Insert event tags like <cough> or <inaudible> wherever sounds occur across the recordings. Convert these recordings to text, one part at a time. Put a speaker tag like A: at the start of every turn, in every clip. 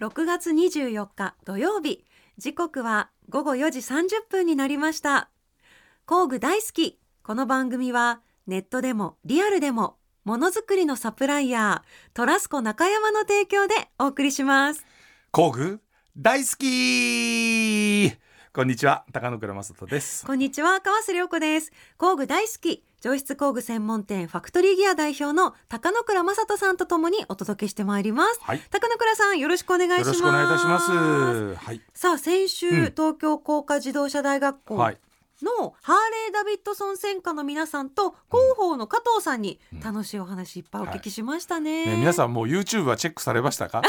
A: 6月24日土曜日時刻は午後4時30分になりました工具大好きこの番組はネットでもリアルでもものづくりのサプライヤートラスコ中山の提供でお送りします
B: 工具大好きこんにちは高野倉正人です
A: こんにちは川瀬良子です工具大好き上質工具専門店ファクトリーギア代表の高野倉正人さんとともにお届けしてまいります
B: はいよ
A: 高野倉さんよろしくお願いしま
B: ろ
A: す
B: しくお願いいたしますはい、
A: さあ先週、
B: うん
A: 東京工科自動車大学校
B: はい、
A: のハーレー・ダビッドソン専科の皆さんと広報の加藤さんに楽しいお話いっぱいお聞きしましたね。
B: ね皆さんもう YouTube はチェックされま
A: <laughs>
B: したか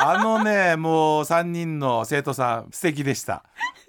B: あのねもう三人の生徒さん素敵でした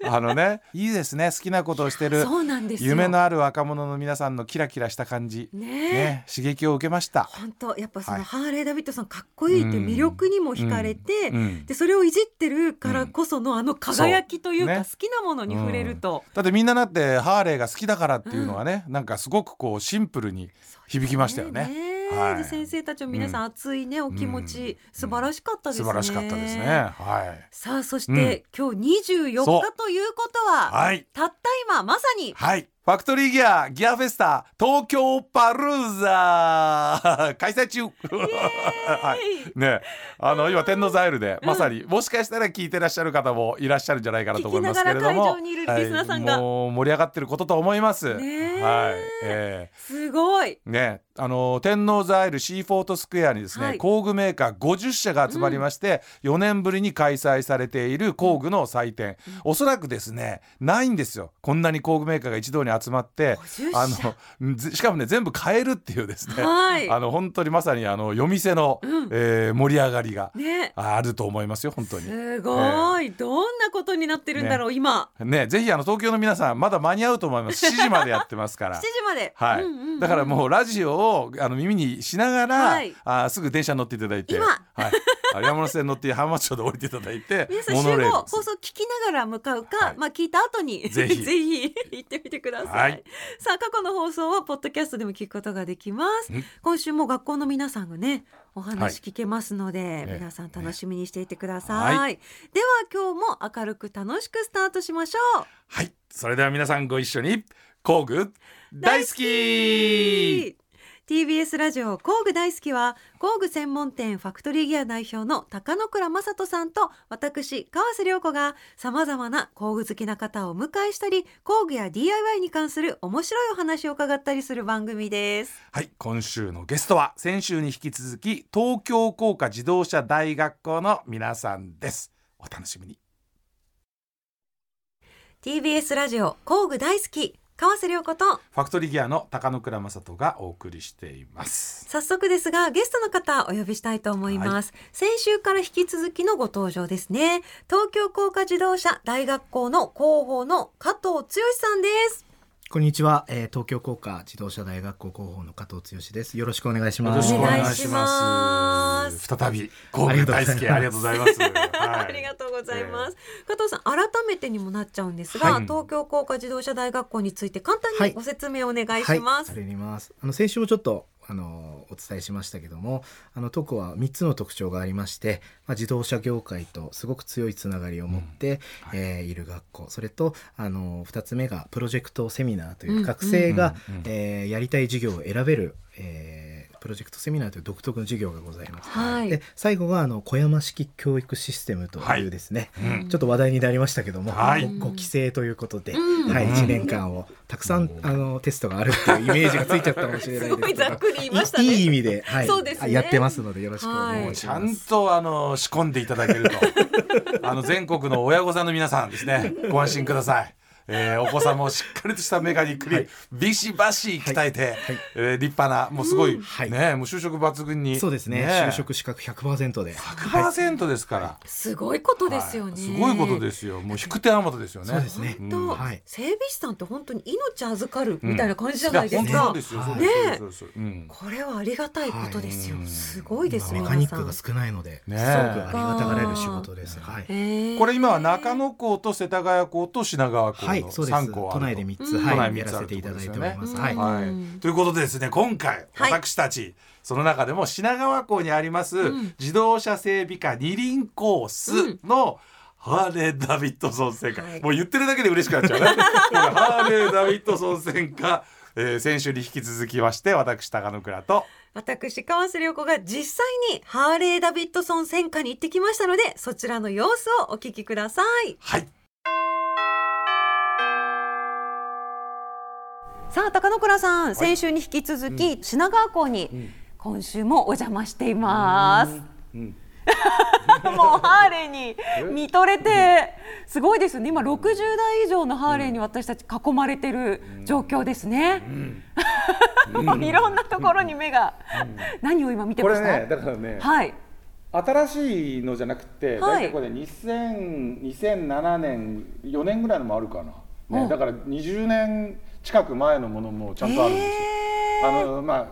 B: あのねいいですね好きなことをしてる
A: そうなんですよ
B: 夢のある若者の皆さんのキラキラした感じ
A: ねえ
B: ね刺激を受けました
A: 本当やっぱそ
B: は
A: の
B: い
A: ハーレー・ダビッドソンかっこいいっていう魅力にも惹かれて、
B: うん
A: でそれをいじってるからこそのあの輝きというか、
B: そうね
A: 好きなものに触れると、
B: だってみんなだってハーレーが好きだからっていうのがね、なんかすごくこうシンプルに響きましたよね
A: ねえ
B: はい
A: で先生たちも皆さん熱いね、お気持ち、
B: うん
A: 素晴らしかったです
B: 素
A: ね。
B: 晴らしかったですね。はい。
A: さあそして、今日24
B: そ
A: 日
B: う
A: ということは、
B: はい。
A: たった今まさに
B: はい。ファクトリーギア、ギアフェスタ、東京パルーザー <laughs> 開催中はい。ねあの、今、天王座イルで、まさに、もしかしたら聞いてらっしゃる方もいらっしゃるんじゃないかなと思いますけれども。
A: 聞きながら会場にいるリスナーさんが
B: はいもう盛り上がってることと思います。はい。
A: ねえ
B: え
A: すごい
B: ーね、あの天王座アイルシーフォートスクエアにですね、
A: はい
B: 工具メーカー50社が集まりまして、4年ぶりに開催されている工具の祭典、おそらくですねないんですよこんなに工具メーカーが一堂に集まって
A: 50社
B: あのずしかもね全部買えるっていうですね、
A: はい
B: あの本当にまさにあの夜店の、
A: うん
B: えー盛り上がりが
A: ね
B: あると思いますよ本当に。
A: すごい、どんなことになってるんだろう、今
B: ね、ぜひあの東京の皆さんまだ間に合うと思
A: <laughs>
B: います7時までやってますか
A: 7
B: ら
A: 時。まで、
B: はい、
A: うんうんうん
B: だからもうラジオをあの耳にしながら、
A: はい
B: あーすぐ電車に乗っていただいて、
A: 今
B: はい、あの山手線乗って浜松町で降りていただ
A: <laughs>
B: いて
A: 皆さん集
B: レ
A: 合
B: ールです
A: 放送聞きながら向かうか、
B: はい
A: まあ聞いた後に
B: ぜ
A: <laughs>
B: ひ
A: ぜひ行ってみてください、
B: はい
A: さあ過去の放送はポッドキャストでも聞くことができます
B: うん
A: 今週も学校の皆さんがねお
B: はい
A: 話聞けますので、
B: え
A: 皆さん楽しみにしていてください、
B: は
A: では今日も明るく楽しくスタートしましょう
B: はい、それでは皆さんご一緒に工具大好き
A: TBS ラジオ工具大好きは工具専門店ファクトリーギア代表の高野倉正人さんと私川瀬良子がさまざまな工具好きな方をお迎えしたり工具や DIY に関する面白いお話を伺ったりする番組です。
B: はい、今週のゲストは先週に引き続き東京工科自動車大学校の皆さんです。お楽しみに。
A: TBS ラジオ工具大好き川瀬良子と
B: ファクトリーギアの高野倉正人がお送りしています。
A: 早速ですがゲストの方お呼びしたいと思います、先週から引き続きのご登場ですね東京工科自動車大学校の広報の加藤剛さんです
C: こんにちは、えー、東京工科自動車大学校広報の加藤剛です。よろしくお願いし
B: よ
C: ま
B: ろ
C: す。
B: しくお願い
A: お願いし
B: し
A: ま
B: ますす。再び工具大好きあ
C: あ
B: り
C: り
B: が
C: が
B: とうございます。
A: あ
B: あ
A: りがとうございます、加藤さん改めてにもなっちゃうんですが、
B: はい
A: 東京工科自動車大学校について簡単
C: は
A: に
C: い
A: ご説明お願いします、
C: はい、あります。あの先週もちょっとあのお伝えしましたけども、あのトコは3つの特徴がありまして、まあ自動車業界とすごく強いつながりを持って、いえーいる学校。それとあの2つ目がプロジェクトセミナーといううん学生が、
B: うんうん
C: えーやりたい授業を選べる。えープロジェクトセミナーという独特の授業がございます。
A: はい
C: で最後はあの小山式教育システムと
B: はいいう
C: ですね、
B: うん
C: ちょっと話題になりましたけども、
B: はい
C: ごご帰省ということで、
A: うん
C: はい、
B: うん
C: 1年間をたくさん、あのテストがあるっていうイメージがついちゃったかもしれない
A: すご
C: ですけ
A: いざっ
C: ど。
A: くり言いま <laughs> した
C: い
A: ね
C: いい意味で,、はい
A: そうですね
C: やってますのでよろしくお願いし
B: ち
C: ま
B: ゃ
C: す。
B: んとあの仕込んでいただけるとあの全国の親御さんの皆さんですねご安心ください。えーお子様をしっかりとしたメカニックに、ビシバシ鍛えて、えー立派なもうすごい、
C: はい
B: ねもう就職抜群に
C: そうですね就職資格100%で、
B: 100%ですから、
A: すごいことですよね、
B: はいすごいことですよもう引く手あまたですよね
C: そうですね
B: う
A: 本
B: ん
A: 当、
C: はい
A: 整備士さんって本当に命預かるみたいな感じじゃないです
B: いや
A: か、
B: 本当そうですよそ
C: ね
B: うですそうですそうですうん
A: これはありがたいことですよ、
B: はい
A: すごいです
C: メ
A: ね
C: カニックが少ないので、
B: ね
C: すごくありがたがれる仕事です。はい
A: こ
B: これ今は中野校と世田谷校と品川校
C: はい
D: 内
C: そうです
D: 3校あると
C: 都内で3つ、
A: うん
D: 都
C: は
D: 内
C: い、
D: 三
C: や
D: つ
C: ら
D: ある
C: せ
D: って
C: て
D: ことで
C: いただ
D: す
C: い
D: よね
C: ております、
A: うん
C: はい、
D: ということでですね今回
A: はい
D: 私たち、その中でも品川港にあります、
A: うん
D: 自動車整備課二輪コースの、ハーレー・ダビッドソン戦果、
A: はい
D: もう言ってるだけで嬉しくなっちゃうねハーレー・ダビッドソン戦果、えー、先週に引き続きまして私高野倉と
A: 私川瀬良子が実際にハーレー・ダビッドソン戦火に行ってきましたのでそちらの様子をお聞きください
D: はい
A: さあ高野倉さん、先週に引き続き、品川港に、今週もお邪魔しています、 <laughs> もうハーレーに見とれてすごいですね今60台以上のハーレーに私たち囲まれてる状況ですね、 <laughs> もういろんなところに目が、何を今見て
E: こ
A: ま
E: れ
A: した
E: ね、だからね、
A: はい
E: 新しいのじゃなくて、
A: はい
E: 大体これ2000 2007年、4年ぐらいのもあるかな、
A: お
E: ね、だから20年近く前のものもちゃんとあるんですよ。
A: え
E: あのま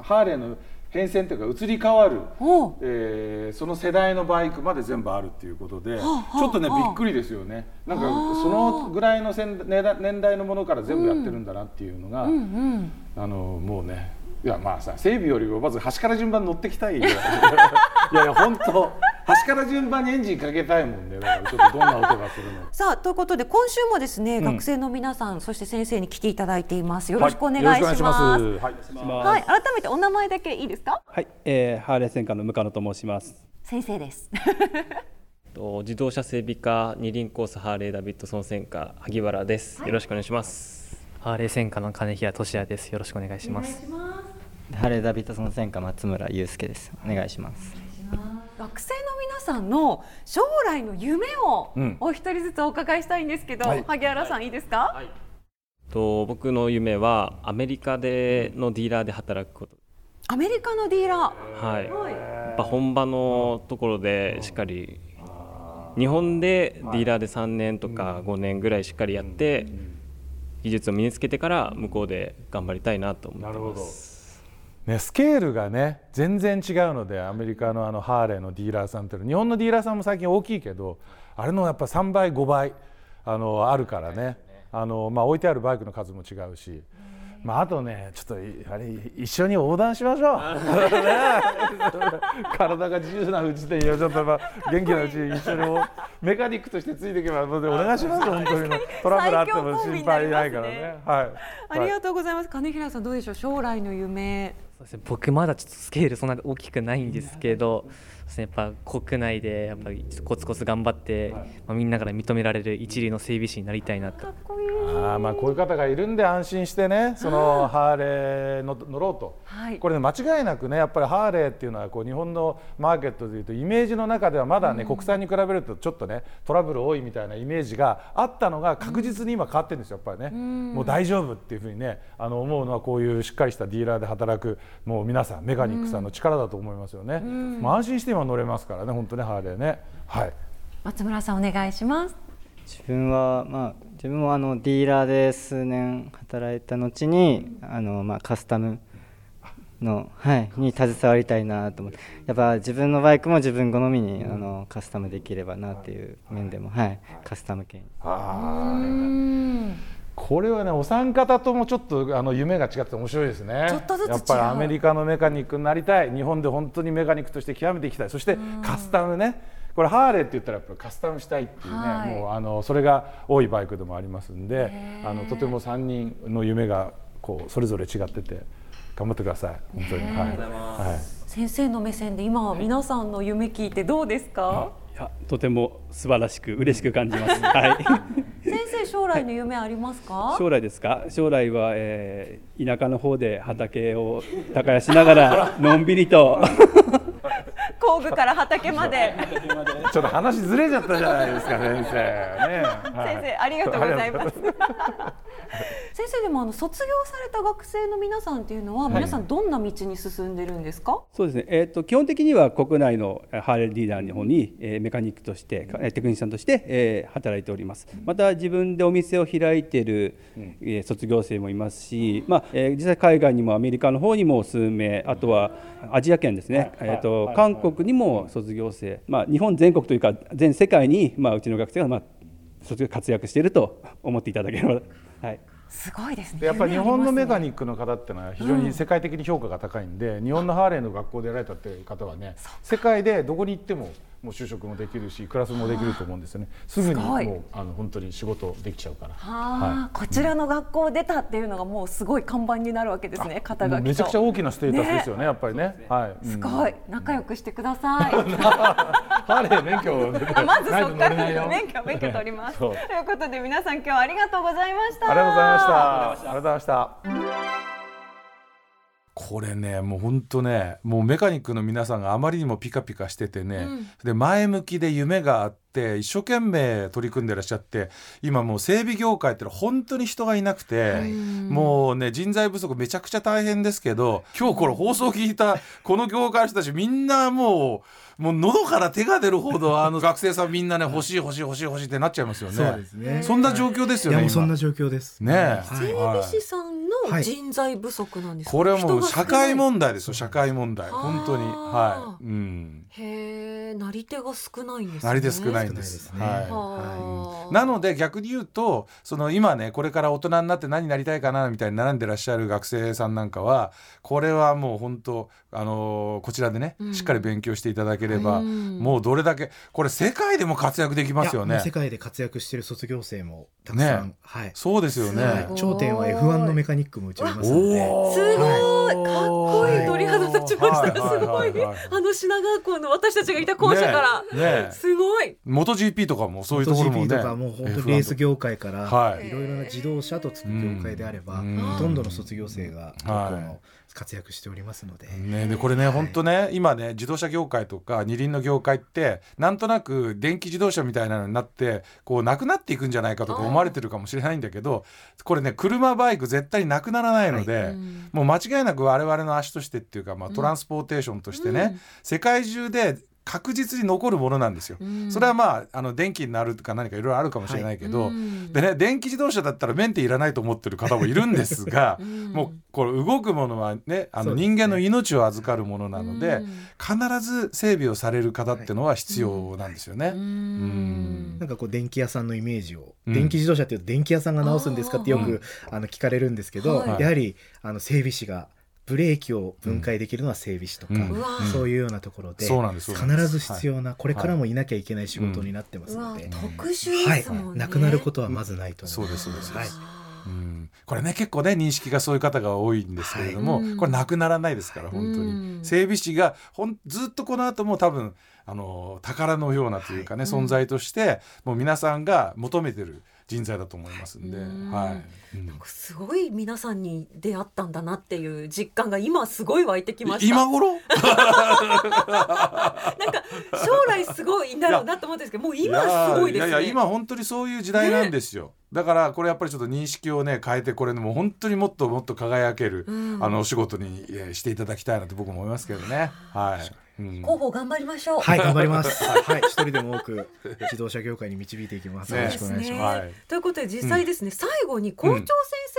E: あ、ハーレーの変遷というか移り変わる、
A: おう
E: えーその世代のバイクまで全部あるっていうことで、
A: はあ
E: ちょっとね、
A: はあ
E: びっくりですよねなんか
A: あー
E: そのぐらいの先年代年代のものから全部やってるんだなっていうのが、
A: うんうん
E: あのもうねいやまあさ整備よりもまず端から順番に乗ってきたいよ <laughs> いやいや本当端から順番にエンジンかけたいもんねだからちょっとどんな音がするのか
A: さあということで今週もですね、学生の皆さんそして先生に来ていただいていますよろしくお願いします,、はい、
E: はい
A: 改めてお名前だけいいですか
F: はい、えーハーレー専科の向野と申します。
A: 先生です
G: と自動車整備課二輪コースハーレーダビッドソン専科萩原です、よろしくお願いします
H: ハーレー専科の金平俊也です。よろしくお願いします。
I: ハレーダビッドソン戦火松村祐介です。お願いします。
A: 学生の皆さんの将来の夢をお一人ずつお伺いしたいんですけど、萩原さんいいですか、
G: と僕の夢はアメリカでのディーラーで働くこと
A: アメリカのディーラ
G: はい
A: ー、はい、
G: やっぱ本場のところでしっかり日本でディーラーで3年とか5年ぐらいしっかりやって技術を身につけてから向こうで頑張りたいなと思ってます
B: ね、スケールがね全然違うのでアメリカのあのハーレーのディーラーさんっていうの日本のディーラーさんも最近大きいけどあれのやっぱ3倍5倍あのあるからねあの、まあ、置いてあるバイクの数も違うし、まあ、あとねちょっといあれ一緒に横断しましょうね <laughs> 体が自由なうちでいいよちょっと、まあ、元気なうちに一緒におメカニックとしてついていけばもうでお願いしますよ本当にもうトラブルあっても心配ないか
A: 最強
B: ら
A: コンビになり
B: ね。はい
A: ありがとうございます金平さんどうでしょう将来の夢
H: そうですね僕まだちょっとスケールそんな大きくないんですけど、そうですねやっぱ国内でやっぱりコツコツ頑張って、まあみんなから認められる一流の整備士になりたいなと。
B: あーまあこういう方がいるんで安心してねそのハーレーの乗ろうと、
A: はい
B: これね間違いなくねやっぱりハーレーっていうのはこう日本のマーケットでいうとイメージの中ではまだね、国産に比べるとちょっとねトラブル多いみたいなイメージがあったのが確実に今変わってるんですよやっぱりね、もう大丈夫っていうふうにねあの思うのはこういうしっかりしたディーラーで働くもう皆さんメカニックさんの力だと思いますよね、もう安心して今乗れますからね本当ねハーレーねはい。
A: 松村さんお願いします
I: 自分はまあ自分もあのディーラーで数年働いた後にあのまあカスタムのはいに携わりたいなと思って、やっぱ自分のバイクも自分好みにあのカスタムできればなっていう面でもはいカスタム系に。
B: これはねお三方ともちょっとあの夢が違って面白いですね
A: ちょっとずつ違う
B: やっぱりアメリカのメカニックになりたい日本で本当にメカニックとして極めていきたいそしてカスタムねこれハーレーって言ったらやっぱりカスタムしたいっていうね、
A: はい
B: もうあのそれが多いバイクでもありますんであのとても3人の夢がこうそれぞれ違ってて頑張ってください本当に、はいはい
A: 先生の目線で今皆さんの夢聞いてどうですか
F: いや、とても素晴らしく嬉しく感じます。はい。
A: 先生将来の夢あります <laughs> か
F: 将来ですか将来は、えー田舎の方で畑を耕しながらのんびりと
G: <laughs>
A: 工具から畑まで
B: ちょっと話ずれちゃったじゃないですか先生ね、はい
A: 先生ありがとうございます先生でもあの卒業された学生の皆さんっていうのは、皆さんどんな道に進んでるんですか
F: そうですね、えー、と基本的には国内のえーハーレーディーラーの方に、えーメカニックとしてえーテクニシャンとして、えー働いておりますまた自分でお店を開いている、えー卒業生もいますし、まあえー実際海外にもアメリカの方にも数名あとはアジア圏ですね、えーと韓国にも卒業生、まあ、日本全国というか全世界に、まあ、うちの学生が、まあ卒業活躍していると思っていただければ、はい、
A: すごいですね。
J: でやっぱり日本のメカ
A: ニ
J: ニックの方ってのは非常に世界的に評価が高いんで、日本のハーレーの学校でやられたっていう方はね世界でどこに行ってももう就職もできるしクラスもできると思うんですよねすぐに
A: すごい
J: もうあの本当に仕事できちゃうから
A: ああ、こちらの学校を出たっていうのがもうすごい看板になるわけですね。肩
J: も
A: 書
J: う
A: きと。
J: めちゃくちゃ大きなステータスですよねやっぱりねはい、
A: す
J: うん
A: ごい仲良くしてください。
J: ハーレー免許を
A: あまずそ
J: ない
A: こ
J: と
A: か
J: 乗れない
A: ら
J: よ
A: 免許免許取ります。
J: そ
A: といううことで皆さん今日はありがとうございました。
J: ありがとうございましたありがとうございました
B: これねもうほんとねもうメカニックの皆さんがあまりにもピカピカしててね、で前向きで夢があって一生懸命取り組んでらっしゃって今もう整備業界ってのは本当に人がいなくて、もうね人材不足めちゃくちゃ大変ですけど今日これ放送聞いたこの業界の人たちみんなもうもう喉から手が出るほどあの学生さんみんなね欲しい欲しい欲しい欲しいってなっちゃいますよね。
C: そうですね
B: そんな状況です
C: い
B: よ
C: や
B: ね。
C: もうそん
B: 今
C: な状況です
B: ねえ、
C: はい
B: はい
A: 整備士さんの人材不足なんですか。
B: これはもう
A: 人が少な
B: 社
A: い
B: 会。問題ですよ社会問題
A: あー
B: 本当にはい、うん、
A: へえ、なり手が少ないんですね。
B: なり手少ないんで
C: 少
B: す。
C: ないですね
B: は。
A: はい
B: なので逆に言うとその今ねこれから大人になって何になりたいかなみたいに並んでらっしゃる学生さんなんかはこれはもう本当あのーこちらでね、
A: うん
B: しっかり勉強していただければ、
A: うん
B: もうどれだけこれ世界でも活躍できますよ
C: いやも
B: ね
C: う世界で活躍している卒業生もたくさん、
B: ね
C: はい、
B: そうですよね、
C: はい頂点は F1 のメカニックも打ちますので。
B: おー
A: すごい、
B: はい
A: かっこいい鳥肌立ちました。
B: はい
A: すごい、
B: はいはいはい
A: あの品川校の私たちがいた校舎から、
B: ねえねえ
A: すごい。
B: 元 GP とかもそういうところも
C: MotoGP
B: ね
C: とかもう本当にレース業界か
B: F1
C: ら、
B: とかはい
C: い、ろいろな自動車とつく業界であれば、
B: うん
C: ほとんどの卒業生が高校
B: はい
C: の活躍しておりますので、
B: ね、でこれね、本当ね今ね自動車業界とか二輪の業界ってなんとなく電気自動車みたいなのになってこうなくなっていくんじゃないかとか思われてるかもしれないんだけどこれね車バイク絶対なくならないので、もう間違いなく我々の足としてっていうか、まあ、トランスポーテーションとしてね、世界中で確実に残るものなんですよ。それはまああの電気になるとか何かいろいろあるかもしれないけど、でね電気自動車だったらメンテいらないと思ってる方もいるんです <laughs> が、もうこれ動くものはねあ
C: そ
B: の
C: うです
B: 人
C: ね
B: 間の命を預かるものなので、必ず整備をされる方ってのは必要なんですよね。うん
C: なんかこう電気屋さんのイメージを、
B: うん
C: 電気自動車っていうと電気屋さんが直すんですかってよくあの聞かれるんですけど、
A: はい
C: やはりあの整備士がブレーキを分解できるのは整備士とか、
B: うんう
A: わ
C: そういうようなところで
B: そうなんですそうなんです
C: 必ず必要な、これからもいなきゃいけない仕事になってます
A: う
C: の
A: わ
C: で、
A: 特殊
C: は
A: で
C: い
A: すもんね。
C: なくなることはまずないと思
B: そう
C: います。
B: ですそうです、
C: はい
B: うん、これね結構ね認識がそういう方が多いんですけれども、
A: はい
B: これなくならないですから本当に、
A: うん
B: 整備士がほんずっとこの後も多分あの宝のようなというかね、存在としてもう皆さんが求めてる人材だと思いますんで、
A: うん
B: はい、うん
A: なんかすごい皆さんに出会ったんだなっていう実感が今すごい湧いてきました。
B: 今頃
A: なんか将来すごいんだろうなと思ってるんですけど、もう今すごいですね。
B: ややいや今本当にそういう時代なんですよ、だからこれやっぱりちょっと認識をね変えてこれもう本当にもっともっと輝ける、
A: うん
B: あのお仕事にえーしていただきたいなと僕も思いますけどねはい、うん
A: 広報頑張りましょう。
C: はい、頑張ります。はい、一人でも多く自動車業界に導いていきます。
B: ね
C: よ
A: そう
C: ろ
A: です
C: しくお願いし
A: ね。
C: ます。
B: はい
A: ということで実際ですね、最後に校長先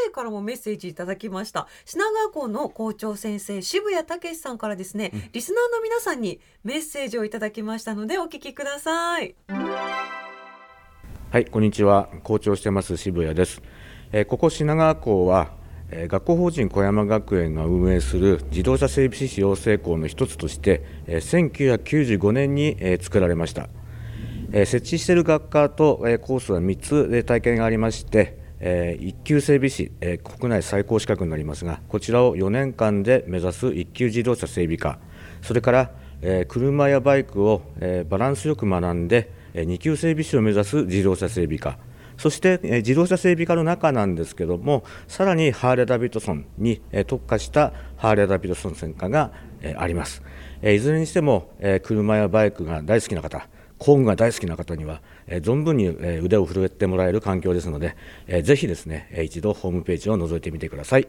A: 生からもメッセージいただきました、品川校の校長先生渋谷武さんからですね、リスナーの皆さんにメッセージをいただきましたのでお聞きください
G: はい、こんにちは。校長してます渋谷です。えーここ品川校は、えー学校法人小山学園が運営する自動車整備士士養成校の一つとして、えー1995年に、えー作られました。えー設置している学科と、えーコースは3つで体験がありまして、え1級整備士、えー国内最高資格になりますが、こちらを4年間で目指す1級自動車整備科、それから、えー車やバイクを、えーバランスよく学んで、え2級整備士を目指す自動車整備科、そして、えー自動車整備科の中なんですけども、さらにハーレー・ダビッドソンに、えー特化したハーレー・ダビッドソン専科が、えーあります。えーいずれにしても、えー車やバイクが大好きな方、工具が大好きな方には、えー存分に、えー腕を震えてもらえる環境ですので、えーぜひですね、えー一度ホームページを覗いてみてください。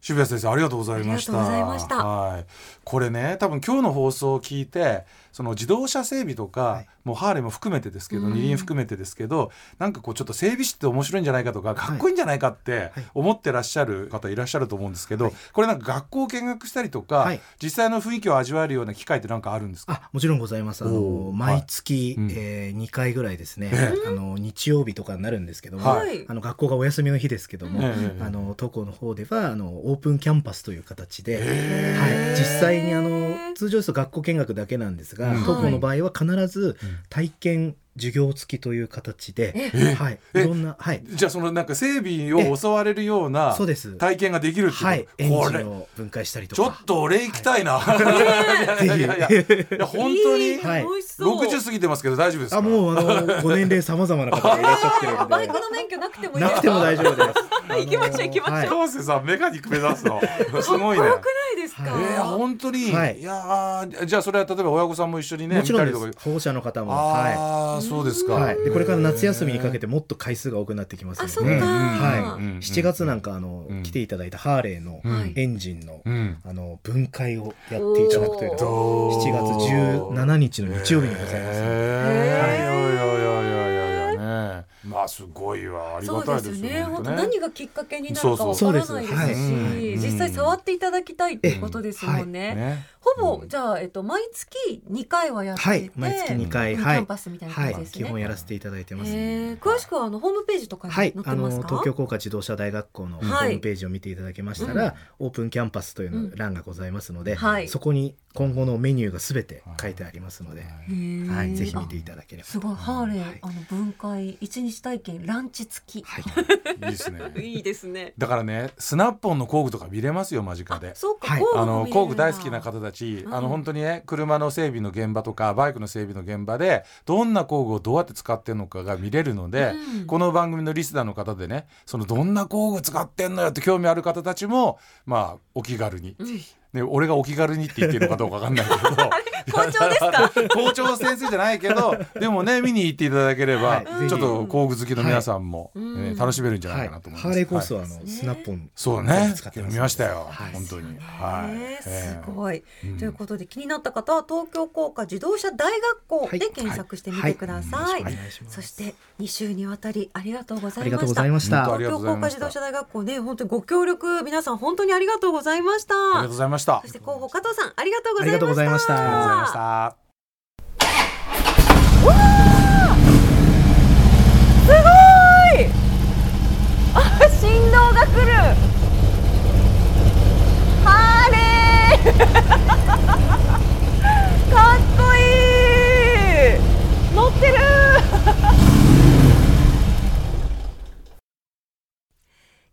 J: 渋谷先生ありがとうございました
A: ありがとうございました
J: はい、これね多分今日の放送を聞いてその自動車整備とか、もうハーレーも含めてですけど、二輪含めてですけどなんかこうちょっと整備士って面白いんじゃないかとかかっこいいんじゃないかって思ってらっしゃる方いらっしゃると思うんですけど、これなんか学校を見学したりとか、
C: はい
J: 実際の雰囲気を味わえるような機会ってなんかあるんですか
C: あもちろんございますあの
J: おー
C: 毎月、
J: はいうん
C: えー、2回ぐらいですね、
J: え
C: あの日曜日とかになるんですけども、
A: はい
C: あの学校がお休みの日ですけども、
J: ええ
C: あの東校の方ではあのオープンキャンパスという形で、はい、実際にあの通常ですと学校見学だけなんです
J: う
C: が、
J: ん
C: 東校の場合は必ず体験授業付きという形で、はい、い
J: え
C: ろんな、はい、
J: じゃあそのなんか整備を教われるような
C: そうです
J: 体験ができるっていう
C: はい、園
J: こ
C: 児
J: れ
C: を分解したりと
J: ちょ
C: か
J: っと俺行きたいな、い、やいやいやいやいや本当に
A: いい
C: はい
A: 美味しそう
J: 60過ぎてますけど大丈夫ですか
C: あもうあのご年齢さまざまな方がいらっしゃってる
A: あバイク
C: ん
A: の免許なくてもい
C: で
A: いで
C: な
A: す
C: くても大丈夫です
A: あ行きましょう行きましょう
C: はい
J: 川瀬さんメカニック目指
C: <laughs>
J: すのすごいね
A: 怖くないですか、
J: えー、本当に、
C: はい
J: い、やーじゃあそれは例えば親御さんも一緒に <laughs> ね
C: もちろん
J: 見
C: で
J: たり
C: す
J: とか
C: 保護者の方もは
J: ああ、そうです
C: い、
J: か、
C: はい、でこれから夏休みにかけてもっと回数が多くなってきます
A: あそ
C: の
A: うか、
C: で、
J: ん
C: は、
A: はい
J: うん
C: 7月なんかあの、来ていただいたハーレーの
A: はい
C: エンジンの、
J: うん
C: あの分解をやっていただくというのが
J: おー
C: 7月17日の日曜日にございます、
J: えー、いやいやいやいやいやねまあすごいわあり
A: そ
J: が
A: う
J: た
A: で
J: いですす
A: よね
J: 本
A: 本
J: 当ね
A: 当何がきっかけになるかわからないですし
C: そうそうそうですはい
J: うん
A: 実際触っていただきたいっていうことですもんね,、
J: ね
A: ほぼじゃあ、えっと、毎月2回はやっていて、
C: はい毎月2回
A: キ
C: はい
A: ャンパスみたいな
C: は
A: 感じ
C: い
A: ですね、
C: 基本やらせていただいてます、
A: へー詳しくはあのホームページとかに
C: は
A: 載っ
C: い
A: て、ますか、
C: あの東京工科自動車大学校のホ
A: はい
C: ームページを見ていただけましたら、オープンキャンパスというの
A: うん
C: 欄がございますので、
A: はい
C: そこに今後のメニューがすべて書いてありますので、は
A: へー
C: いぜひ見ていただければ。
A: すごいハーレー、
C: はい
A: あの分解一日体験ランチ付き、
J: いいですね
A: いいですね
J: だからねスナップオンの工具とか見れますよ間近で
A: そうか、
C: はい
A: 工具
J: あ
A: も
J: の
A: 見れるんだ
J: 工具大好きな方たち、あの本当にね車の整備の現場とかバイクの整備の現場でどんな工具をどうやって使ってるのかが見れるので、この番組のリスナーの方でねそのどんな工具使ってんのよって興味ある方たちもまあお気軽に、ね、俺がお気軽にって言ってるのかどうかわかんないけど。
A: 校長です
J: <laughs>
A: か
C: <laughs>
J: 校長先生じゃないけどでもね見に行っていただければ、
C: はいぜひ
J: ちょっと工具好きの皆さんも、ね楽しめるんじゃな
C: はいい、
J: かな
C: ハ
J: と思います。
C: ーレーコース
J: は
C: はあの、スナップオン
J: そうね
C: 使ってますので
J: 見ましたよ、
C: はい
J: 本当に。はい、
A: ね
J: え
A: す
J: え
A: ごい、ということで気になった方は東京工科自動車大学校で検索してみてください、
C: はいはいよろしくお願いします
A: そして2週にわたりありがとうござい
C: ありが
A: ま
C: とうご
A: した
C: ざいました。
J: 本
A: 東京工科自動車大学校ね本当にご協力皆さん本当にありがとうございました
J: ありがとうございました。あ
A: そ
J: り
A: し
J: が
A: て
J: と
A: 広報加藤さんありがとうございました
C: ありがとうございました
J: うございました。
K: 振動が来るハーレ
A: <laughs>
K: ーかっこいい乗
A: <laughs>
K: ってる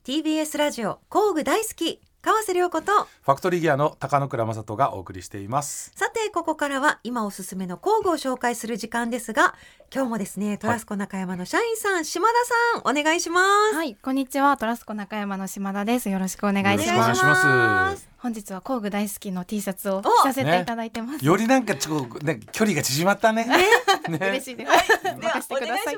K: ー
A: TBS ラジオ工具大好き川瀬良子と
J: ファクトリーギアの高野倉正人がお送りしています。
A: さてここからは今おすすめの工具を紹介する時間ですが今日もですねトラスコ中山の社員さん、島田さんお願いします、
I: はい、こんにちは。トラスコ中山の島田です。よろしくお願いし
A: お願
I: ま
A: い
I: す。
A: します
J: ます。
I: 本日は工具大好きの T シャツを着させて
J: ね
I: いただいてます。
J: よりなんかちょっとね距離が縮ま <laughs> ったね。ね
I: 嬉しいです。はい、任せてください。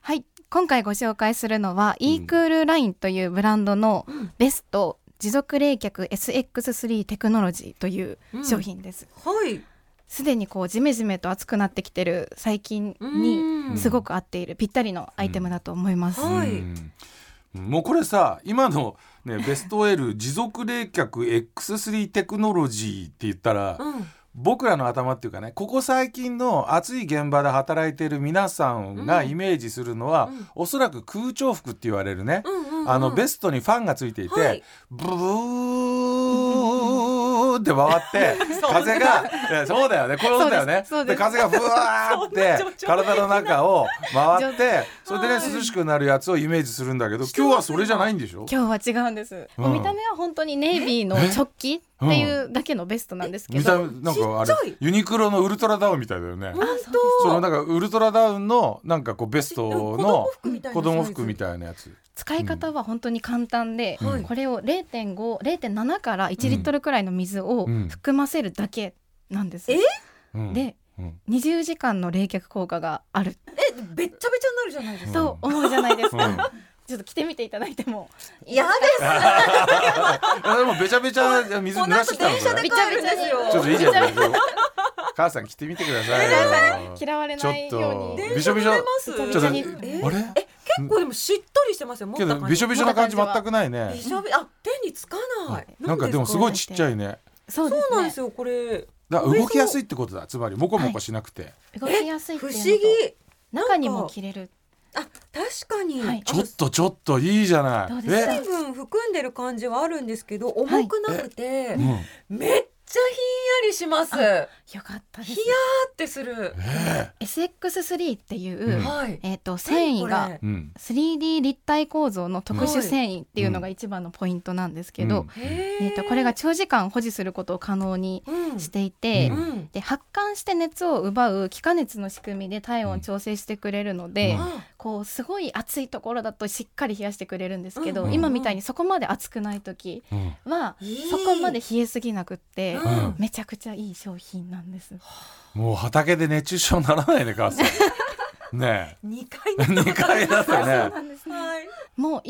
I: はい、今回ご紹介するのは、イークールラインというブランドのベスト持続冷却 SX3 テクノロジーという商品です。
A: はい
I: すでにこうジメジメと暑くなってきてる最近にすごく合っているぴったりのアイテムだと思います。
A: は
J: う
A: い、
J: んもうこれさ今の、
A: <laughs>
J: ね、ベスト L 持続冷却 X3 テクノロジーって言ったら、
A: うん
J: 僕らの頭っていうかねここ最近の暑い現場で働いている皆さんがイメージするのは、おそらく空調服って言われるね、
A: うんうんうん
J: あのベストにファンがついていて、
A: はい
J: ブブーって回って風がいやそうだよねこの音だよね
I: そうですそうで
J: 風
I: す
J: がブワーって体の中を回ってそれでね、涼しくなるやつをイメージするんだけど今日はそれじゃないんでしょ
I: 今日は違うんです、
J: うん
I: もう見た目は本当にネイビーの直帰っていうだけのベストなんですけ
J: 見
I: ど、
J: た目なんかあ
A: ち
J: れ
A: っちゃい
J: ユニクロのウルトラダウンみたいだよね。
A: 本
J: その
A: 当
J: なんかウルトラダウンのなんかこうベストの
A: 子供服みたいな
J: 子供服みたいなやつ。
I: 使い方は本当に簡単で、
A: はい
I: これを0.50.7から1リットルくらいの水を
J: うん
I: 含ませるだけなんです、
A: え
J: うん
I: で
J: うん
I: 20時間の冷却効果がある
A: えべっちゃべちゃになるじゃないですか
I: と思うじゃないです
J: う
I: か、
J: ん
I: ちょっと着てみていただいても
A: 嫌です
J: あでもべちゃべちゃ水濡らしてきたの
A: この後電車で
I: びちゃ
A: 帰
I: びちゃに
A: るんです
J: ちょっといいじゃん
I: びちゃびちゃに
J: 母さん着てみてくださいよ
I: 嫌われないよう
J: ちょっ
I: に
J: とびしょびしょ
A: ます
J: ちょっと
A: え
J: あれ
A: え結構でもしっとりしてますよ持っ
J: け
A: た
J: ど
A: 感じ
J: びしょびしょな感じ全くない
A: び
J: ね
A: しょびあ手につかない
J: なんかでもすごいちっちゃいね
I: そう
A: そうなんですよこれ
J: だから動きやすいってことだつまりもこもこしなくて
I: 動きやすいっていうのと
A: 不思議
I: 中にも着れる
A: あ確かに、
J: ちょっとちょっといいじゃな
I: どう
J: い
I: ですか
J: え
A: 水分含んでる感じはあるんですけど重くなくて、
J: うん
A: めっちゃひんやりしますひや
I: よかったです
A: ーってする、
I: SX3 っていう、
A: うんはい
I: えっ、と繊維
A: 何
I: が
A: こ
J: うん
I: 3D 立体構造の特殊繊維っていうのが一番のポイントなんですけど、
A: れへー
I: えっとこれが長時間保持することを可能に
A: うん
I: していて、
A: うん
I: で発汗して熱を奪う気化熱の仕組みで体温を調整してくれるので、こうすごい暑いところだとしっかり冷やしてくれるんですけど、
J: うん
I: 今みたいにそこまで暑くない時
J: うん
I: は、
A: いい
I: そこまで冷えすぎなくって、
J: うん
I: めちゃくちゃいい商品なんです。
J: もう畑で熱中症にならないね母さんね
A: 二回
J: え <laughs> 2回だってね
I: なんですね
A: はい
I: もう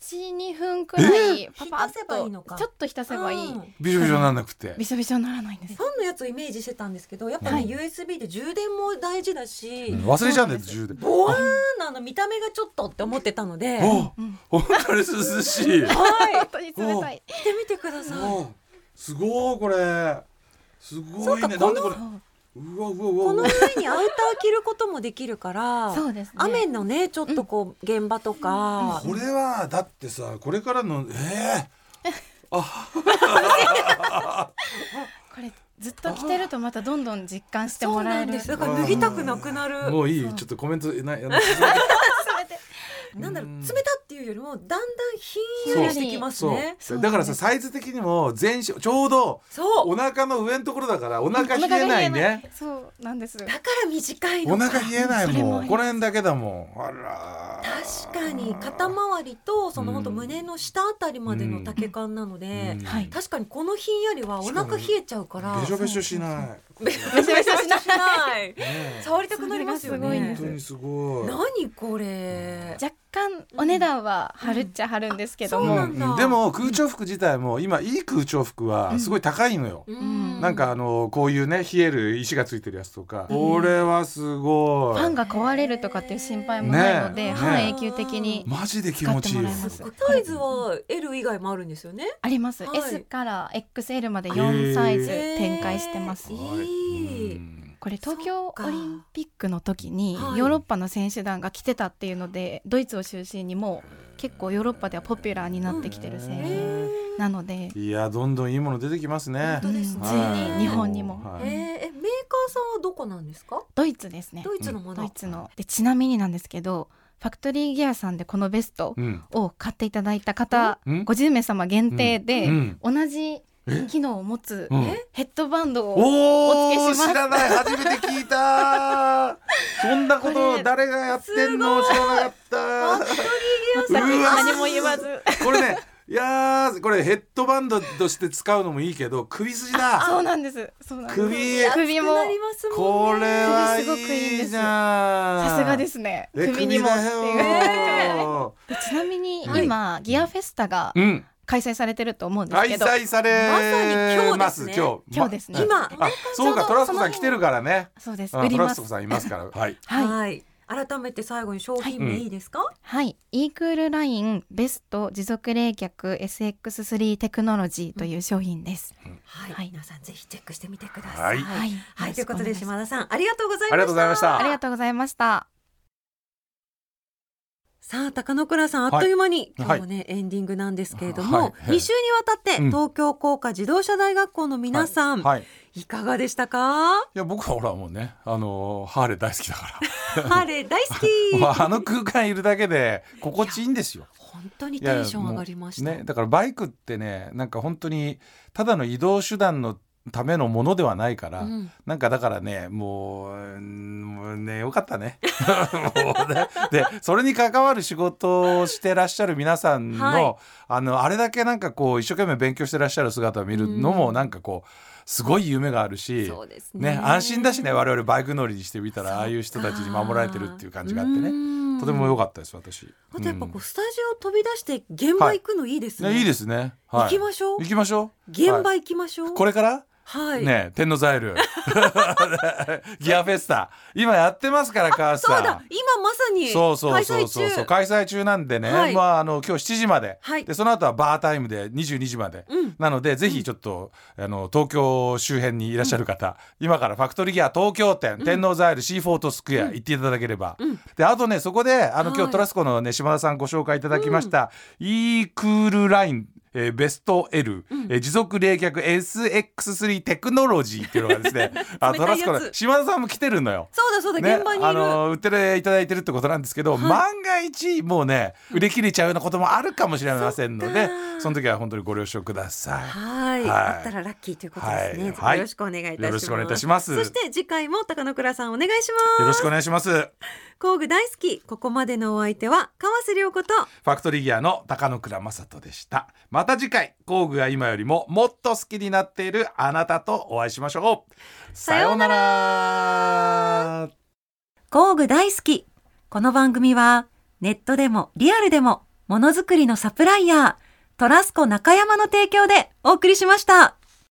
I: 12分くらいパパッ
A: 浸せばいいの
I: と
A: か
I: ちょっと浸せばいい、
A: うん
J: びしょびしょにならなくて
I: びしょびしょにならないんです
A: ファンのやつをイメージしてたんですけどやっぱ
J: は
A: ね
J: い
A: USB で充電も大事だし、
J: うん忘れちゃうんだよ充電
A: ボワーンなの見た目がちょっとって思ってたのでは
J: お本当に涼しい
A: い
I: 本当に冷たい
A: 来てみてください
J: おすごいこれす
A: そ
J: ご
A: う
J: い
A: か
J: ねな
A: この
J: んでこれうわうわう
A: こ
J: わう
A: の
J: わ
A: 上にアウター着ることもできるから
I: そうですね
A: 雨のねちょっとこう現場とか、
J: これはだってさこれからのえ
I: これずっと着てるとまたどんどん実感してもらえる
A: そうなんですだから脱ぎたくなくな
J: え
A: る
J: もういいちょっとコメントえないあの
A: なんだろう冷たっていうよりもだんだんひんやりしてきますね
J: そうだからさサイズ的にも全身ちょうど
A: そう
J: お腹の上のところだからお腹冷
I: お腹
J: え
I: が
J: ないね
I: そうなんです
A: だから短い
J: お
A: のか
J: 腹冷えない
I: それも
J: も
I: ありま
J: ん
I: す
J: この辺だけだもんあら
A: 確かに肩周りとその本当胸の下あたりまでの丈感なので、
J: うん
I: はい
A: 確かにこのひんやりはお腹冷えちゃうから
J: べしょべし
A: <laughs>
J: ょしない
A: べしょべしょしない
J: ね
A: 触りたくなりますよ
I: それがすごいん
J: 本
A: ね
I: です
J: 当にすごい
A: 何これ
I: 若干お値段は張るっちゃ張るんですけど
A: そう
I: も、
A: なんだ
J: うんでも空調服自体も今いい空調服はすごい高いのよ、
A: うん
J: なんかあのこういうね冷える石がついてるやつとか、これはすご
I: ファン
J: い
I: が壊れるとかっていう心配もないので、
J: ねえ
I: 半
J: ね
I: 永久的に
J: マジで気
I: 使
J: 持
I: って
J: ちいいよ
I: もらえます
A: サイズは L 以外もあるんですよね
I: あります、
A: はい
I: S から XL まで4サイズ展開してます、
A: えーいい
I: これ東京
A: そっ
I: オ
A: か
I: リンピックの時に
A: はい
I: ヨーロッパの選手団が来てたっていうのでドイツを中心にもう結構ヨーロッパではポピュラーになってきてる選手なので
J: いやどんどんいいもの出てきますね
A: 本当ですね
J: はい
I: 日本にも
A: え
J: は
A: ー
J: い
A: えメーカーさんはどこなんですか
I: ドイツですね
A: ドイツのもの
I: ドイツのでちなみになんですけどファクトリーギアさんでこのベスト
J: うん
I: を買っていただいた方
J: うん
I: 50名様限定で
J: うん
I: 同じ機能を持つ
J: うん
I: ヘッドバンドを
J: お
I: お
J: ー
I: 付けします
J: 知らない初めて聞いたそんなこ
I: <laughs> これ
J: と誰がやってんの知らなかったうわ
I: 何も言わず
J: これねいやーこれヘッドバンドとして使うのもいいけど首筋
I: そう
J: だ
I: なんですそうなんです
J: 首
I: 首も
A: 熱くなりますも
J: こ
A: んね
J: れは
I: 首すごくいいん
J: い
I: で
J: い
I: す
J: じゃん
I: さすがですすね
J: え
I: 首にもっていう
J: 首だよ
I: で <laughs> ちなみに今、ギアフェスタが
J: うん
I: 開催されてると思うんです
J: 開
I: けど、
J: 催され
A: ま
J: ま
A: さ
J: す
A: に今日ですね
J: 今日
I: 今日ですね
A: 今
J: あそうかトラスコさん来てるからね
I: そうです
J: あ
I: 売
J: ト
I: り
J: ラ
I: ま
J: ス
I: す
J: コさんいますから <laughs> はい
I: はい、はい
A: はい改めて最後に商品名いいですか、
I: イークールラインベスト持続冷却 SX3 テクノロジーという商品です、
A: はい、
I: はい
A: 皆さんぜひチェックしてみてくださ。
J: はいい
A: は、
I: はいい
A: ということで
I: よろしくお
A: 島
I: 願いします
A: 田さんありがとうございま
J: あり
A: した。
J: がとうございました
I: ありがとうございました
A: さあ高野倉さんあっ
J: い
A: という間に、
J: はい
A: 今日もねエンディングなんですけれど
J: は
A: も、
J: い
A: 二2週にわたって、
J: うん
A: 東京工科自動車大学校の皆さん、い
J: はいい
A: かがでしたか？
J: や僕はほらもうねあのーハーレー大好きだか
A: 晴れ大好
J: ら <laughs>
A: き。
J: もうあの空間いるだけで心地いいんですよ
A: 本当に
J: いやい
A: テ
J: や
A: ンション上がりました。
J: もうね、だからバイクってねなんか本当にただの移動手段のためのものではないから、
A: うん
J: なんかだからねもううんもうねよかったね。 <laughs> もうねでそれに関わる仕事をしてらっしゃる皆さんの,、
A: はい
J: あのあれだけなんかこう一生懸命勉強してらっしゃる姿を見るのもなんかこうすごい夢があるし。
A: そうですね。
J: ね、安心だしね我々バイク乗りにしてみたらああいう人たちに守られてるっていう感じがあってね
A: うんうん
B: とても良かったです私
A: あとやっぱこうスタジオ飛び出して現場行くのいいですね。
B: ねいいですね、はい、
A: 行きましょう。
B: 行きましょう
A: 現場
B: はい
A: 行きましょう。
B: これから
A: はい。
B: ねえ天のザイル <laughs> ギアフェスタ今やってますから川瀬
A: そ
B: さ
A: うんだ。今まさに
B: そうそう
A: 開
B: そう
A: 催
B: そうそう
A: 中。
B: 開催中なんでね、
A: はい
B: まああの今日7時まで、
A: はい
B: でその後はバータイムで22時まで、
A: うん
B: なのでぜひちょっと、あの東京周辺にいらっしゃる方、今からファクトリーギア東京店、天王ザイル C フォートスクエア行っていただければ、であとねそこであの今
A: はい
B: 日トラスコのね島田さんご紹介いただきました、イークールラインえーベスト L、えー持続冷却 SX3 テクノロジーっていうのがです
A: <laughs>
B: ねあトラスコの島田さんも来てるのよ
A: そうだそうだ、現場にいる。
B: あの売っていただいてるってことなんですけど、万が一もうね売り切れちゃうようなこともあるかもしれませんのでその時は本当にご了承ください。
A: はい、
B: はい
A: あったらラッキーということですね。
B: はい
A: よろしくお願いいたします。
B: よろしくお願いいたします
A: そして次回も高野倉さんお願いし
B: よ
A: ま
B: ろ
A: す。
B: しくお願いします。フ
A: 工具大好き。ここまでのお相手は川瀬良子と。
B: ァクトリーギアの高野倉正人でした。また次回工具が今よりももっと好きになっているあなたとお会いしましょう。さようなら。
A: 工具大好き。この番組はネットでもリアルでもものづくりのサプライヤートラスコ中山の提供でお送りしました。